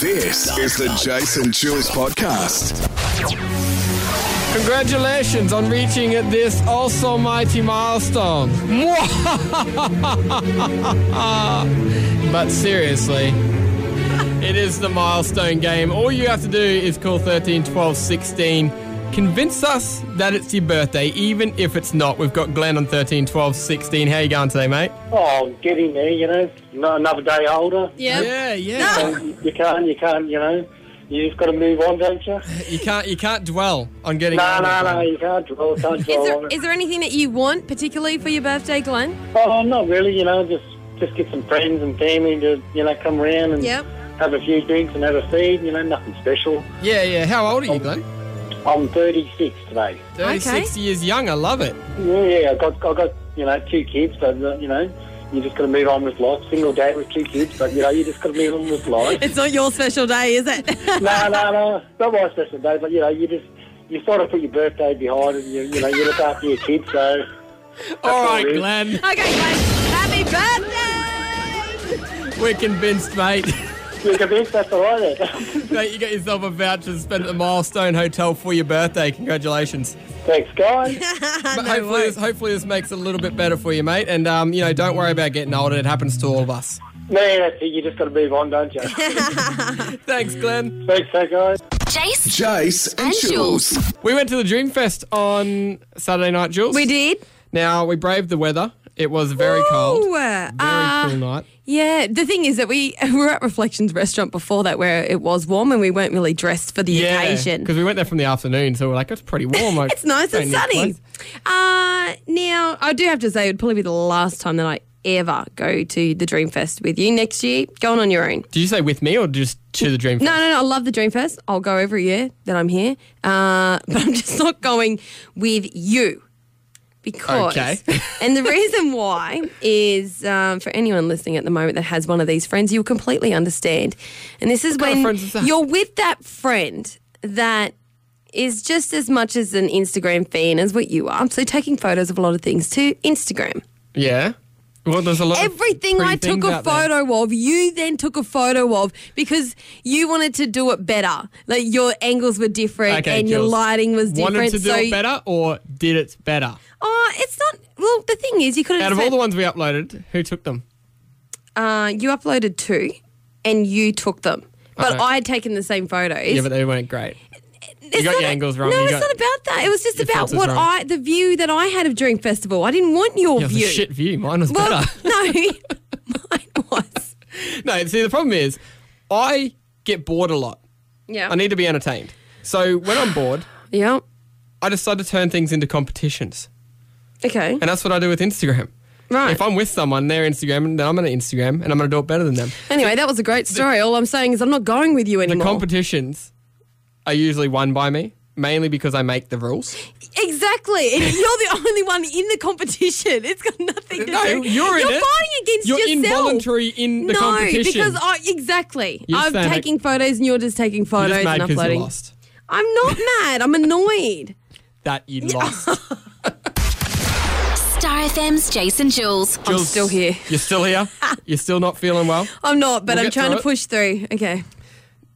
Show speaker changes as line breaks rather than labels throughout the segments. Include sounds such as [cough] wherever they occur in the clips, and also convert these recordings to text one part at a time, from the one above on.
This is the Jason Jules podcast.
Congratulations on reaching at this also mighty milestone. [laughs] Mwah! but seriously, it is the milestone game. All you have to do is call 13 12 16. Convince us that it's your birthday, even if it's not. We've got Glenn on 13 12 16. How you going today, mate?
Oh, getting there, you know. No- Another day older.
Yeah.
Yeah, yeah.
So you can't, you can't, you know. You've got to move on, don't you?
You can't you can't dwell on getting
No,
older,
no,
Glenn.
no. You can't draw, can't
Is
draw
there,
Oh.
on it.
is there anything that you want particularly for your birthday, Glenn?
Oh, not really. You know, just just get some friends and family to, you know, come round and
Yep.
have a few drinks and have a feed. You know, nothing special.
Yeah, yeah. How old are you, Glenn?
I'm 36 today.
36 years young. I love it.
Yeah, yeah. I got, I got, you know, two kids, but you know. You just got to move on with life. Single dad with two kids, but you know you just got to move on with life.
It's not your special day, is [laughs] it?
no, no, no. Not my special day, but you know, you just you sort of put your birthday behind, and you you know you look after your kids. So
All
all
right,
it is.
Glenn.
okay, Glenn. Happy birthday!
We're convinced, mate. [laughs]
you're convinced that's all right. Then.
mate, you got yourself a voucher to spend at the Milestone Hotel for your birthday. Congratulations.
[laughs] Thanks, guys.
But hopefully, this, hopefully this makes it a little bit better for you, mate. And um, you know, don't worry about getting older. It happens to all of us.
Man, that's it. You just got to move on, don't you?
Thanks, Glenn.
Thanks, so guys.
Jace,
Jace and Jules.
We went to the Dream Fest on Saturday night, Jules.
We did.
Now we braved the weather. It was very cold.
Ooh,
Very
uh,
cool night.
yeah, the thing is that we [laughs] were at Reflections Restaurant before that where it was warm and we weren't really dressed for the occasion.
because we went there from the afternoon, so we're like, it's pretty
[laughs]
warm. Like,
It's nice
don't
and
need
sunny.
clothes.
Uh, now, I do have to say, it would probably be the last time that I ever go to the Dreamfest with you. Next year, going on your own.
Did you say with me or just to the Dream
No,
Fest?
no, no. I love the Dreamfest. I'll go every year that I'm here. Uh, [laughs] but I'm just not going with you. Because,
Okay.
[laughs] and the reason why is um, for anyone listening at the moment that has one of these friends, you'll completely understand. And this is
kind of
when
friends is that?
you're with that friend that is just as much as an Instagram fan as what you are. So taking photos of a lot of things to Instagram.
Yeah. Well, there's a lot. of
Everything
pretty
I took
things
a
out there.
photo of, you then took a photo of because you wanted to do it better. Like your angles were different
Okay,
and your
Jules.
lighting was different.
Wanted to do
so
it better or did it better?
Oh, it's not. Well, the thing is, you could
Out
have.
of all the ones we uploaded, who took them?
uh, you uploaded two, and you took them. But
Alright.
I had taken the same photos.
Yeah, but they weren't great.
It's
got
not
your
a-
angles wrong,
No,
you
it's
got-
not about that. It was just
your
about
filters
what
wrong.
I, the view that I had of Dream Festival. I didn't want your
Yeah, it was
view.
a shit view. Mine was
Well,
better.
[laughs]
[laughs]
no, mine was.
no, see, the problem is I get bored a lot.
Yeah.
I need to be entertained. So when I'm bored,
Yeah.
I decide to turn things into competitions.
Okay.
And that's what I do with Instagram.
Right.
If I'm with someone, they're Instagram, then I'm going to Instagram and I'm going to do it better than them.
Anyway, that was a great story. All I'm saying is I'm not going with you
The
anymore.
competitions are usually won by me, mainly because I make the rules.
exactly. [laughs] And you're the only one in the competition. It's got nothing to
No,
do.
you're in
You're
it.
fighting against
You're
yourself.
involuntary in the
no,
competition.
because I exactly.
You're
I'm
saying that-
taking photos and you're just taking
You're
photos
just mad
and
'cause you
uploading.
lost. [laughs]
I'm not mad. I'm annoyed.
That you lost.
[laughs]
Star FM's Jason Jules.
I'm
Jules,
still here.
You're still
[laughs]
here. You're still not feeling well.
I'm not, but
We'll
I'm
get
trying
through
to
it.
push through. Okay.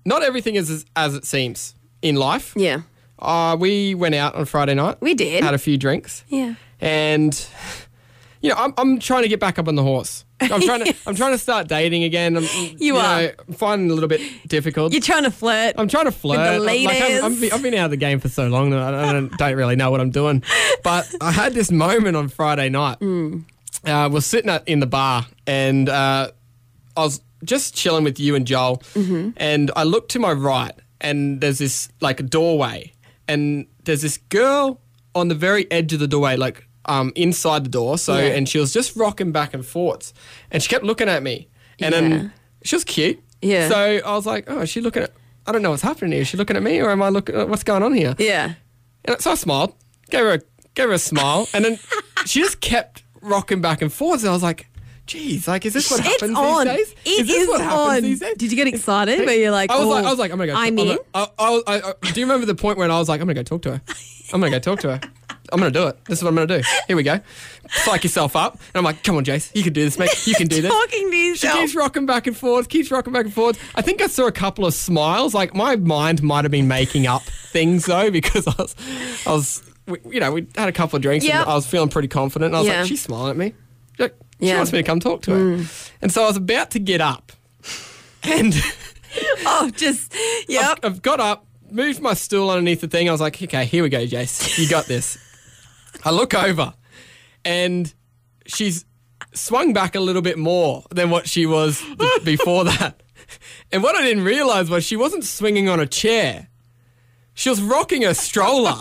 Not everything is as, as it seems in life.
Yeah.
Uh, we went out on Friday night.
We did.
Had a few drinks.
Yeah.
And you know, I'm, I'm trying to get back up on the horse. I'm
[laughs]
trying to I'm trying to start dating again. I'm,
You are.
Know, finding it a little bit difficult.
You're trying to flirt.
I'm trying to flirt.
the
I'm- like, I'm- I'm- I've,
leaders.
been- I've been out of the game for so long that I I don't, don't really know what I'm doing. But I had this moment on Friday night.
Hmm.
Uh, we're sitting at, in the bar and uh, I was just chilling with you and Joel.
Mm-hmm.
And I looked to my right and there's this like a doorway. And there's this girl on the very edge of the doorway, like um, inside the door. So,
Yeah.
and she was just rocking back and forths. And she kept looking at me. And
Yeah.
then she was cute.
Yeah.
So I was like, oh, is she looking at? I don't know what's happening here. Is she looking at me, or am I looking? at What's going on here?
yeah.
And so I smiled, gave her a, gave her a smile, and then she just kept rocking back and forwards. And I was like, "Geez, like, is this what
It's
happens
on.
these days?
It
this
is
what happens
on.
these days?"
Did you get excited? Where you're like,
I was
oh,
like, I was like, I'm gonna go.
I'm
I'm
in.
gonna- I, I, I, I- do you remember the point when I was like, I'm gonna go talk to her? I'm gonna go talk to her. I'm going to do it. This is what I'm going to do. Here we go. Psych yourself up. And I'm like, come on, Jace, you can do this, mate. You can do
[laughs]
this.
Talking to
She
yourself.
keeps rocking back and forth, keeps rocking back and forth. I think I saw a couple of smiles. Like my mind might have been making up things though, because I was, I was, we, you know, we had a couple of drinks
Yep.
and I was feeling pretty confident. And I was
Yeah.
like, she's smiling at me. She's like, She
Yeah. Mm.
wants me to come talk to her. And so I was about to get up, and
Oh, just yep.
I've got up, moved my stool underneath the thing. I was like, okay, here we go, Jace. You got this. I look over and she's swung back a little bit more than what she was
[laughs]
b- before that. And what I didn't realize was she wasn't swinging on a chair. She was rocking a
[laughs]
stroller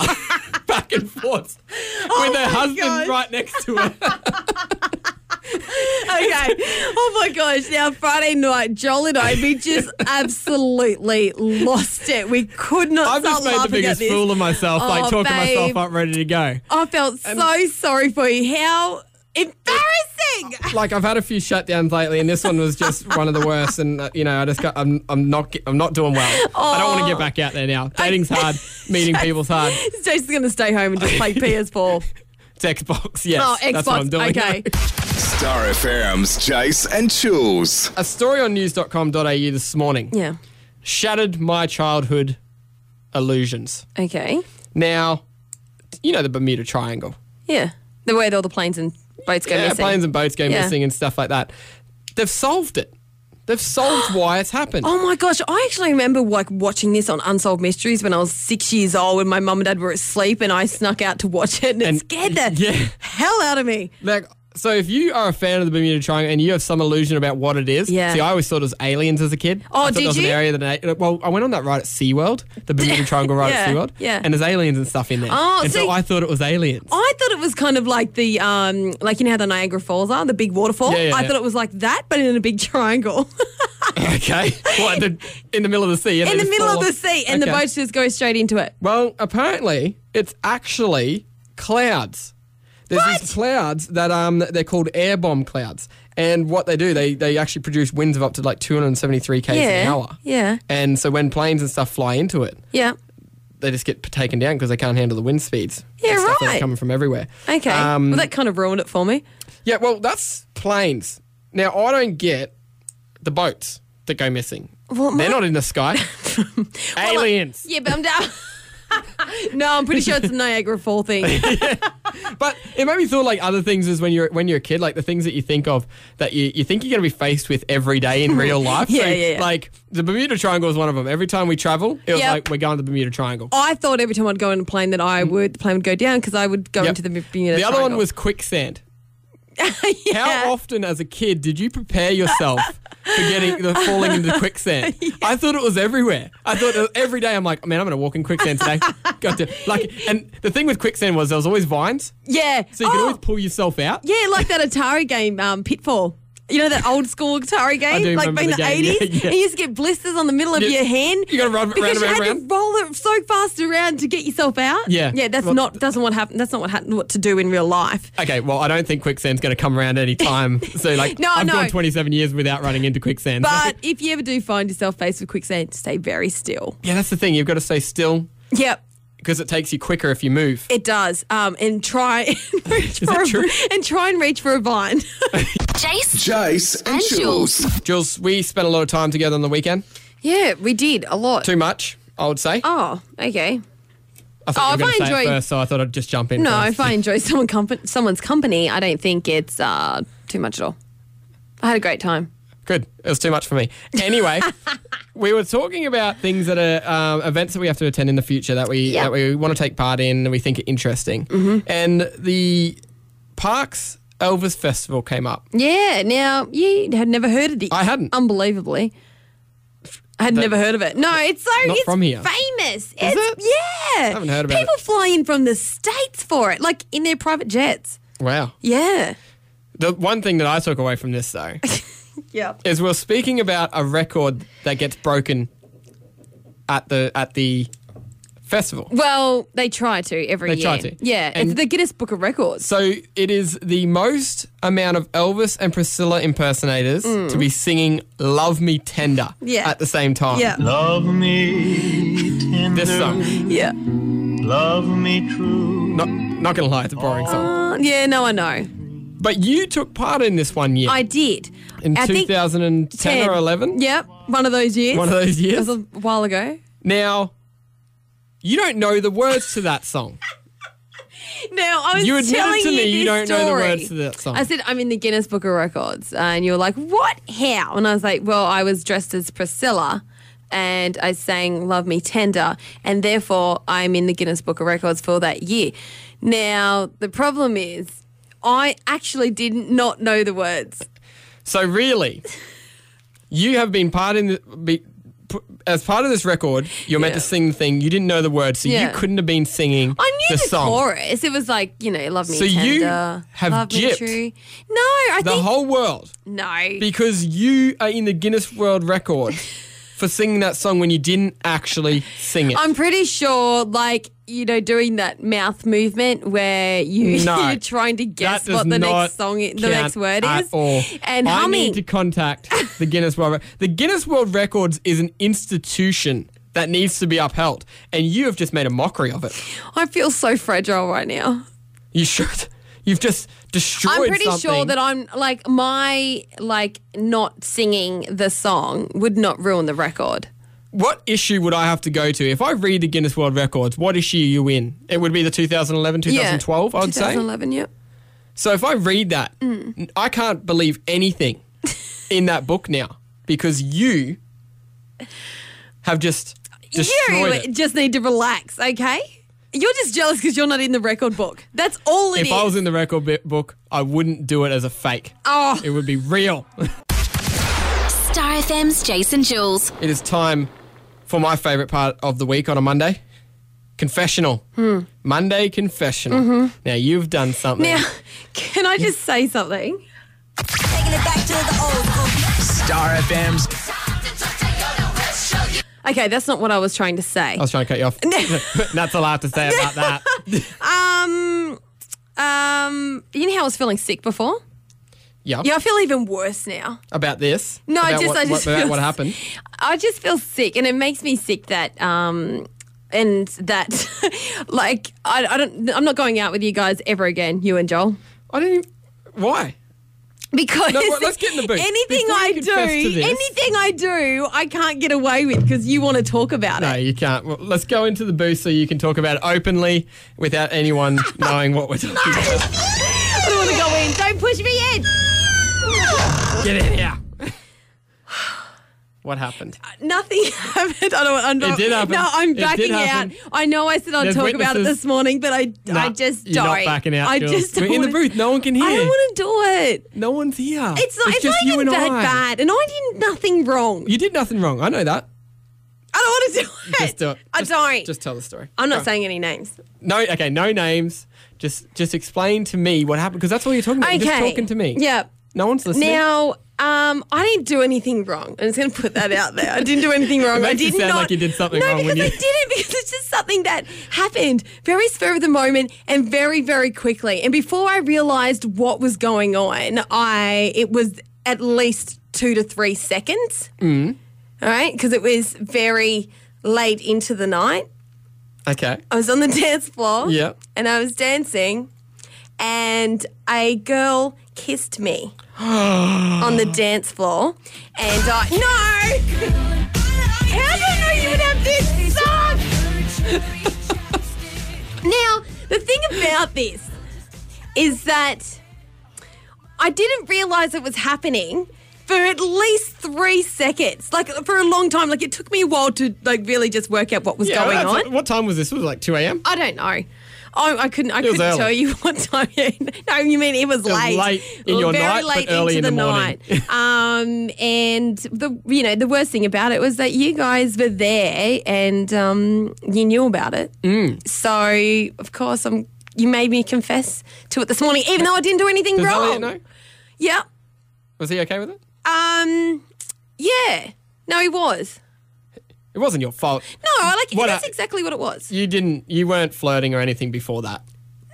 back and forth
Oh
with her husband
gosh.
right next
[laughs]
to her.
Okay. Oh my gosh. Now, Friday night, Joel and I,
[laughs]
we just absolutely lost it. We could not
I've
stop
just made the
laughing at
biggest
this.
fool of myself, like
Oh,
talking
babe.
myself up ready to go.
I felt
Um,
so sorry for you. How
[laughs]
embarrassing. [laughs]
like I've had a few shutdowns lately, and this one was just one of the worst. And uh, you know, I just got I'm I'm not ge- I'm not doing well. I don't want to get back out there now. Dating's
[laughs]
hard, meeting people's hard.
Jason's going to stay home and just
[laughs]
play PS4.
It's Xbox, yes,
Oh, Xbox.
that's what I'm doing.
Okay.
Star FM's Jace and Jules.
[laughs] A story on news.com.au this morning
yeah.
shattered my childhood illusions.
Okay.
Now, you know the Bermuda Triangle.
Yeah. The way that all the planes and boats go
yeah,
missing.
planes and boats go
Yeah.
missing and stuff like that. They've solved it. They've solved why it's happened.
Oh my gosh, I actually remember like watching this on Unsolved Mysteries when I was six years old when my mum and dad were asleep and I snuck out to watch it and, it
And-
scared the
[laughs] yeah.
hell out of me.
Like, so if you are a fan of the Bermuda Triangle and you have some illusion about what it is,
Yeah.
see, I always thought it was aliens as a kid.
Oh,
I thought
did
it was
you?
An area that I, well, I went on that ride at SeaWorld, the
[laughs]
Bermuda Triangle ride
Yeah,
at SeaWorld,
yeah.
and there's aliens and stuff in there.
Oh,
and
see- Oh.
so I thought it was aliens.
I thought it was kind of like the um like you know how the Niagara Falls are, the big waterfall.
Yeah, yeah,
I
yeah.
thought it was like that, but in a big triangle.
[laughs]
[laughs]
okay. what, the, in the middle of the sea? and
in
they just
the middle
fall
of the
off?
sea and the
Okay.
boats just go straight into it.
Well, apparently, it's actually clouds. There's these clouds that um they're called air bomb clouds, and what they do they they actually produce winds of up to like 273 k's an
Yeah,
hour.
yeah.
And so when planes and stuff fly into it,
Yeah.
they just get p- taken down because they can't handle the wind speeds.
Yeah,
and stuff that's
right.
coming from everywhere.
Okay.
Um,
well that kind of ruined it for me.
yeah, well, that's planes. Now I don't get the boats that go missing.
Well,
They're
my-
not in the
[laughs]
sky. Aliens.
Yeah, but I'm down. [laughs] no, I'm pretty sure it's the Niagara
[laughs]
Fall thing.
But it made me thought like other things is when you're when you're a kid, like the things that you think of that you, you think you're gonna be faced with every day in
[laughs]
real life.
Yeah,
so,
yeah, yeah.
Like the Bermuda Triangle is one of them. Every time we travel, it was
Yep. Oh,
like we're going to the Bermuda Triangle.
I thought every time I'd go on a plane that I would the plane would go down because I would go
Yep.
into the Bermuda.
the other one
Triangle.
was quicksand.
[laughs] Yeah.
How often as a kid did you prepare yourself for getting the falling into
[laughs]
quicksand? I thought it was everywhere. I thought it- every day I'm like, man, I'm gonna walk in quicksand today.
[laughs]
Got to like and the thing with quicksand was there was always vines.
Yeah.
So you could
Oh,
always pull yourself out.
yeah, like that Atari game, um, Pitfall. You know that old school Atari game,
do
like
remember
in
the
the
game. Yeah,
eighties.
yeah.
You used to get blisters on the middle of
Yeah.
your hand.
You gotta rub it round
because you
and
had
round.
to roll it so fast around to get yourself out.
Yeah.
yeah. That's
Well-
not doesn't what happen. That's not what happen, what to do in real life.
Okay, well, I don't think quicksand's going to come around any
[laughs]
time. So, like,
No,
I've
no.
gone 27 years without running into quicksand.
But if you ever do find yourself faced with quicksand, stay very still.
yeah, that's the thing. You've got to stay still
Yep.
because it takes you quicker if you move.
It does, um, and try [laughs] and reach for
that
a,
true?
[laughs] and try and reach for a vine. [laughs]
Jace
Jace and
And Jules.
Jules.
Jules, we spent a lot of time together on the weekend.
yeah, we did a lot.
Too much, I would say.
Oh, okay.
I thought
oh,
you were
if
gonna
I
say it
enjoy-
first, so I thought I'd just jump in.
No,
first.
if I enjoy someone compa- someone's company, I don't think it's uh, too much at all. I had a great time.
Good. It was too much for me.
[laughs]
Anyway, we were talking about things that are um, events that we have to attend in the future that we
Yeah. Mm-hmm.
that we want to take part in and we think are interesting. And the Parks Elvis Festival came up.
Yeah. Now you had never heard of the.
I hadn't.
Unbelievably, I had never heard of it. No, it's so
not
it's
from here.
famous. it's
it?
yeah.
haven't heard about
People
it.
fly in from the states for it, like in their private jets.
Wow.
Yeah.
The one thing that I took away from this though
[laughs] Yeah.
is we're speaking about a record that gets broken at the at the festival.
Well, they try to every
They
year.
try to.
Yeah, it's
And-
the Guinness Book of Records.
So it is the most amount of Elvis and Priscilla impersonators to be singing "Love Me Tender"
Mm. Yeah.
Oh. at the same time.
yeah,
Love me tender,
This song.
yeah.
Love me true.
Not, not gonna lie, it's a boring song.
Uh, yeah, no, I know.
But you took part in this one year
I did.
in
I think
2010 or 11.
Yep, one of those years.
One of those
It
years.
was a while ago.
Now, you don't know the words to that song.
No, I was
You admitted
telling
to me you
this
don't know the
story.
words to that song.
I said I'm in the Guinness Book of Records, uh, and you were like, "What? How?" And I was like, "Well, I was dressed as Priscilla." And I sang Love Me Tender, and therefore I'm in the Guinness Book of Records for that year. Now, the problem is, I actually did not know the words.
So really, you have been part in the, be, p- as part of this record. You're meant
Yeah.
to sing the thing. You didn't know the words, so
Yeah.
you couldn't have been singing
I
the,
knew the,
song.
chorus. It was like, you know, Love Me
So you
Tender.
have
love me
gypped
true. No, I
The
think.
whole world,
no.
because you are in the Guinness World
[laughs]
Record for singing that song when you didn't actually sing it.
I'm pretty sure, like, you know, doing that mouth movement where you, [laughs]
No.
you're trying to guess
That does
what the
not
next song, i- the
count
next word
at
is.
all.
And
I
humming.
need to contact the Guinness World. Re- the Guinness World Records is an institution that needs to be upheld, and you have just made a mockery of it.
I feel so fragile right now.
You should. You've just destroyed.
I'm pretty
something.
sure that I'm like my like not singing the song would not ruin the record.
What issue would I have to go to if I read the Guinness World Records? What issue are you in? It would be the 2011, 2012. I'd say.
2011. Yep.
So if I read that,
Mm.
n- I can't believe
[laughs]
anything in that book now because you have just destroyed
you
it.
just need to relax, okay? You're just jealous because you're not in the record book. That's all it is.
If I was in the record bi- book, I wouldn't do it as a fake. [laughs]
Oh.
It would be real.
Star FM's Jason Jules.
It is time for my favourite part of the week on a Monday. Confessional.
Hmm.
Monday confessional. Now you've done something.
Mm-hmm. now, can I just say something?
Taking it back to the old school.
Star FM's
Okay, that's not what I was trying to say.
I was trying to cut
[laughs]
you off. [laughs] That's all I have to say about that.
Um,
Oh.
um, you know how I was feeling sick before?
Yep.
Yeah, I feel even worse now.
About this.
No, I
about
just-
what,
I just
what, about
feel
what happened.
I just feel sick, and it makes me sick that um, and that [laughs] like I, I don't I'm not going out with you guys ever again, you and Joel,
I didn't. Even, why?
because
No, well, let's get in the booth.
Anything
Before you
I do,
confess to this-
anything I do, I can't get away with because you want to talk about
No,
it.
you can't. Well, let's go into the booth so you can talk about it openly without
[laughs]
anyone knowing what we're talking about.
[laughs] I don't want to go in. Don't push me in.
Get in here. What happened?
Uh, Nothing [laughs] happened. I don't. I'm not,
did happen.
No, I'm
It did
backing out.
happen.
I know I said I'll
There's
talk about it
witnesses.
this morning, but I, I
Nah,
just
you're not
don't.
backing out,
I
Jules.
just
We're
don't
in the
wanna-
booth. No one can hear.
I don't want to do it.
No one's here.
It's not. It's,
just
not
you
even
and
that
I.
bad, and I did nothing wrong.
You did nothing wrong. I know that.
I don't want to do it.
Just do it.
I
Just-
don't.
Just tell the story.
I'm not
Go.
saying any names.
No. Okay. No names. Just just explain to me what happened because that's all you're talking about. You're just
Okay.
talking to me.
Yep.
No one's listening.
Now, um, I didn't do anything wrong. I'm just going to put that out there. I didn't do anything
[laughs]
wrong.
It makes
I
you
did
sound
not.
like you did something
no,
wrong
because
when
I
you-
didn't. Because it's just something that happened very spur of the moment and very, very quickly. And before I realised what was going on, I it was at least two to three seconds. Mm. All right, because it was very late into the night.
Okay.
I was on the [laughs] dance floor.
Yep.
And I was dancing, and a girl
[gasps]
kissed me on the dance floor. And I. No! How do I know you would have this song? [laughs] now, the thing about this is that I didn't realize it was happening. For at least three seconds, like for a long time, like it took me a while to like really just work out what was
Yeah,
going
that's-
on.
What time was this? It was like 2 a.m.
I don't know. Oh, I couldn't. I
was
couldn't
early.
tell you [laughs] what time. no, you mean it was
was
late.
late in your
very
night, but
late
early
into
in the morning.
night. um, and the you know the worst thing about it was that you guys were there and um, you knew about it.
Mm.
So of course, I'm. You made me confess to it this morning, even though I didn't do anything
Does
wrong.
Elliot know?
Yeah.
Was he okay with it?
Um. Yeah. No, he was.
It wasn't your fault.
No, I like
What
that's
I-
exactly what it was.
You didn't. You weren't flirting or anything before that.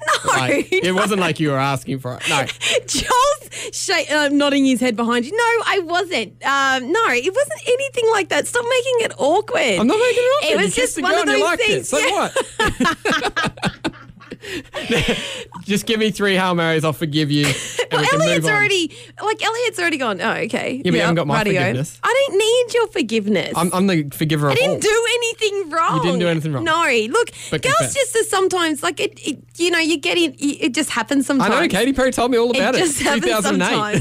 No,
Like, it
no.
wasn't like you were asking for it. No.
Joel's Sha- uh, nodding his head behind you. No, I wasn't. Um, no, it wasn't anything like that. Stop making it awkward.
I'm not making it up.
[laughs] It was just one of
you
those
liked
things.
It. So
yeah.
what?
[laughs]
[laughs] just give me three Hail Marys, I'll forgive you. And we
Well,
can
Elliot's
move on.
already like Elliot's already gone. Oh, okay.
but you haven't got my
rightio.
forgiveness.
I don't need your forgiveness.
I'm, I'm the forgiver
I
of
didn't
all.
do anything wrong.
You didn't do anything wrong.
No, look,
But
girls
confess.
just are sometimes like it, it. You know, you get in. It, it just happens
I
sometimes.
know. Katy Perry told me all
It
about it.
just happens
2008.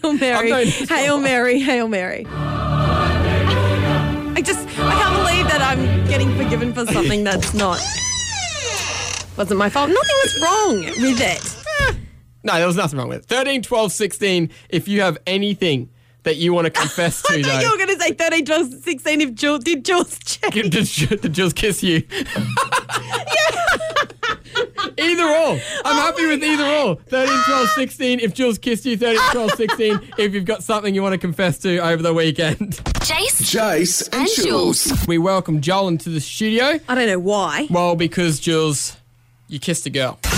[laughs]
Hail Mary.
known this for a
Hail
while.
Mary. Hail Mary. I just I can't believe that I'm getting forgiven for something that's not. Wasn't my fault. Nothing was wrong
[laughs]
with it.
No, there was nothing wrong with it. 13, 12, 16. If you have anything that you want to confess to,
[laughs] I thought you
though,
were going to say 13, 12, 16 if Jules did Jules check.
[laughs] give- did Ju- did Jules kiss you? [laughs] either or.
Oh
I'm happy with either or. 13, 12, 16. If Jules kissed you, 13, 12,
[laughs]
16. if you've got something you want to confess to over the weekend. [laughs]
Jace
Jace and
and Jules.
Jules.
We welcome Joel into the studio.
I don't know why.
Well, because Jules, you kissed a girl.
No.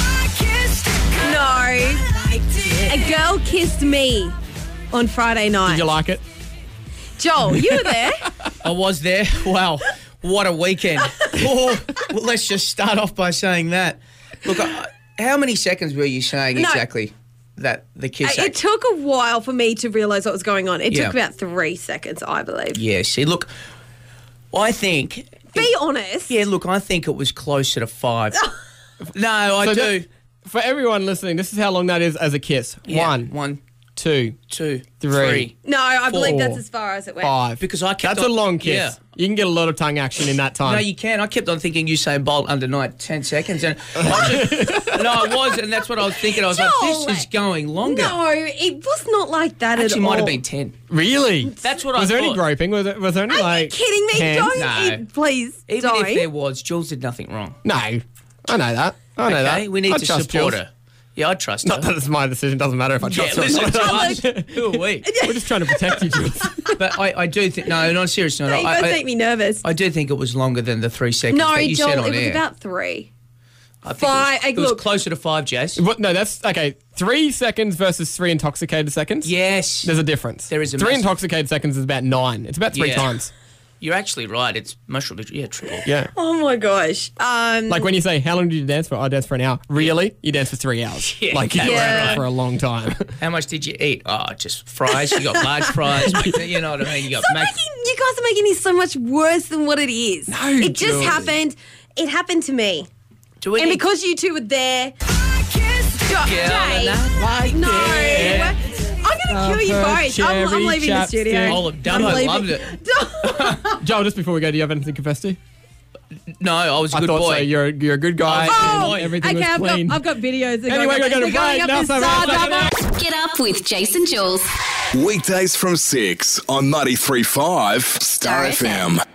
A girl kissed me on Friday night.
Did you like it?
Joel, you were
[laughs]
there.
I was there. [laughs] Wow, what
[laughs]
a weekend! Oh, well, let's just start off by saying that. Look, I, how many seconds were you saying
No.
exactly that the kiss?
it
act-
took a while for me to realise what was going on. It
Yeah.
took about three seconds, I believe.
yeah. See, look, I think.
Be honest.
Yeah, look, I think it was closer
[laughs]
to five. no, I
So
do.
that- For everyone listening, this is how long that is as a kiss.
Yeah,
One,
one,
two,
two,
Three.
three.
No, I believe that's
Four.
as far as it went.
five.
Because I kept
That's
on-
a long kiss.
Yeah.
You can get a lot of tongue action in that time.
No, you can. I kept on thinking Usain Bolt under nine, 10 seconds, and
[laughs]
I just, no, I was, and that's what I was thinking. I was like,
Joel.
this is going longer.
No, it was not like that at
Actually,
all.
might have been ten.
really?
That's what I
was there any
thought.
groping? Was there, was there any
Are
like?
you kidding me?
hands?
Don't,
No.
it- please,
Even
don't.
if there was, Jules did nothing wrong.
No, I know that. I know
Okay,
that.
we need
I
to
trust Jules. [laughs]
support her. Yeah, I trust
Not
her.
that it's my decision. Doesn't matter if I
Yeah,
trust her. or
listen
not. [laughs]
to us. Who
[laughs]
are we?
We're just trying to protect you,
[laughs]
Jules.
But I, I do think no, no, seriously, no.
you both
I, I,
make me nervous.
I do think it was longer than the three seconds
no,
that you said
Joel,
on
it was
air.
about three.
I think
five-
It was, it was
look.
closer to five, Jess.
What- no, that's okay. Three seconds versus three intoxicated seconds.
Yes,
There's a difference.
There is a
three
massive-
intoxicated seconds is about nine. It's about three
Yeah.
times.
you're actually right. It's mushroom. [laughs] Yeah, triple.
Yeah.
Oh my gosh. Um,
Like when you say, "How long did you dance for?" I danced for an hour. Really? You danced for three hours.
Yeah,
like you
that's
were
right.
for a long time.
How much did you eat? Oh, just fries. You got
[laughs]
large fries. you know what I mean? You got
Stop
mac.
making, you guys are making this so much worse than what it is. No, it just
Julie.
happened. It happened to me,
Do we
and
need-
because you two were there, Jo-
Yeah,
Jay,
that- like
no,
that.
I'm gonna kill you both. I'm, I'm
cherry
leaving the studio.
chapstick.
All of Dumbo
I'm leaving.
loved
[laughs]
it.
Joel, just before we go, do you have anything to confess to?
No, I was a
I
good
thought
boy.
so. You're a, you're a good guy.
[laughs]
and
Oh, okay,
everything was
I've got,
clean.
I've got videos. that
Anyway,
going
we're
up-
gonna
we're going
break.
up
Now
in
so much.
Sardaba.
Get up with Jace and Jules.
Weekdays from 6 on 93.5 Star
Star
FM.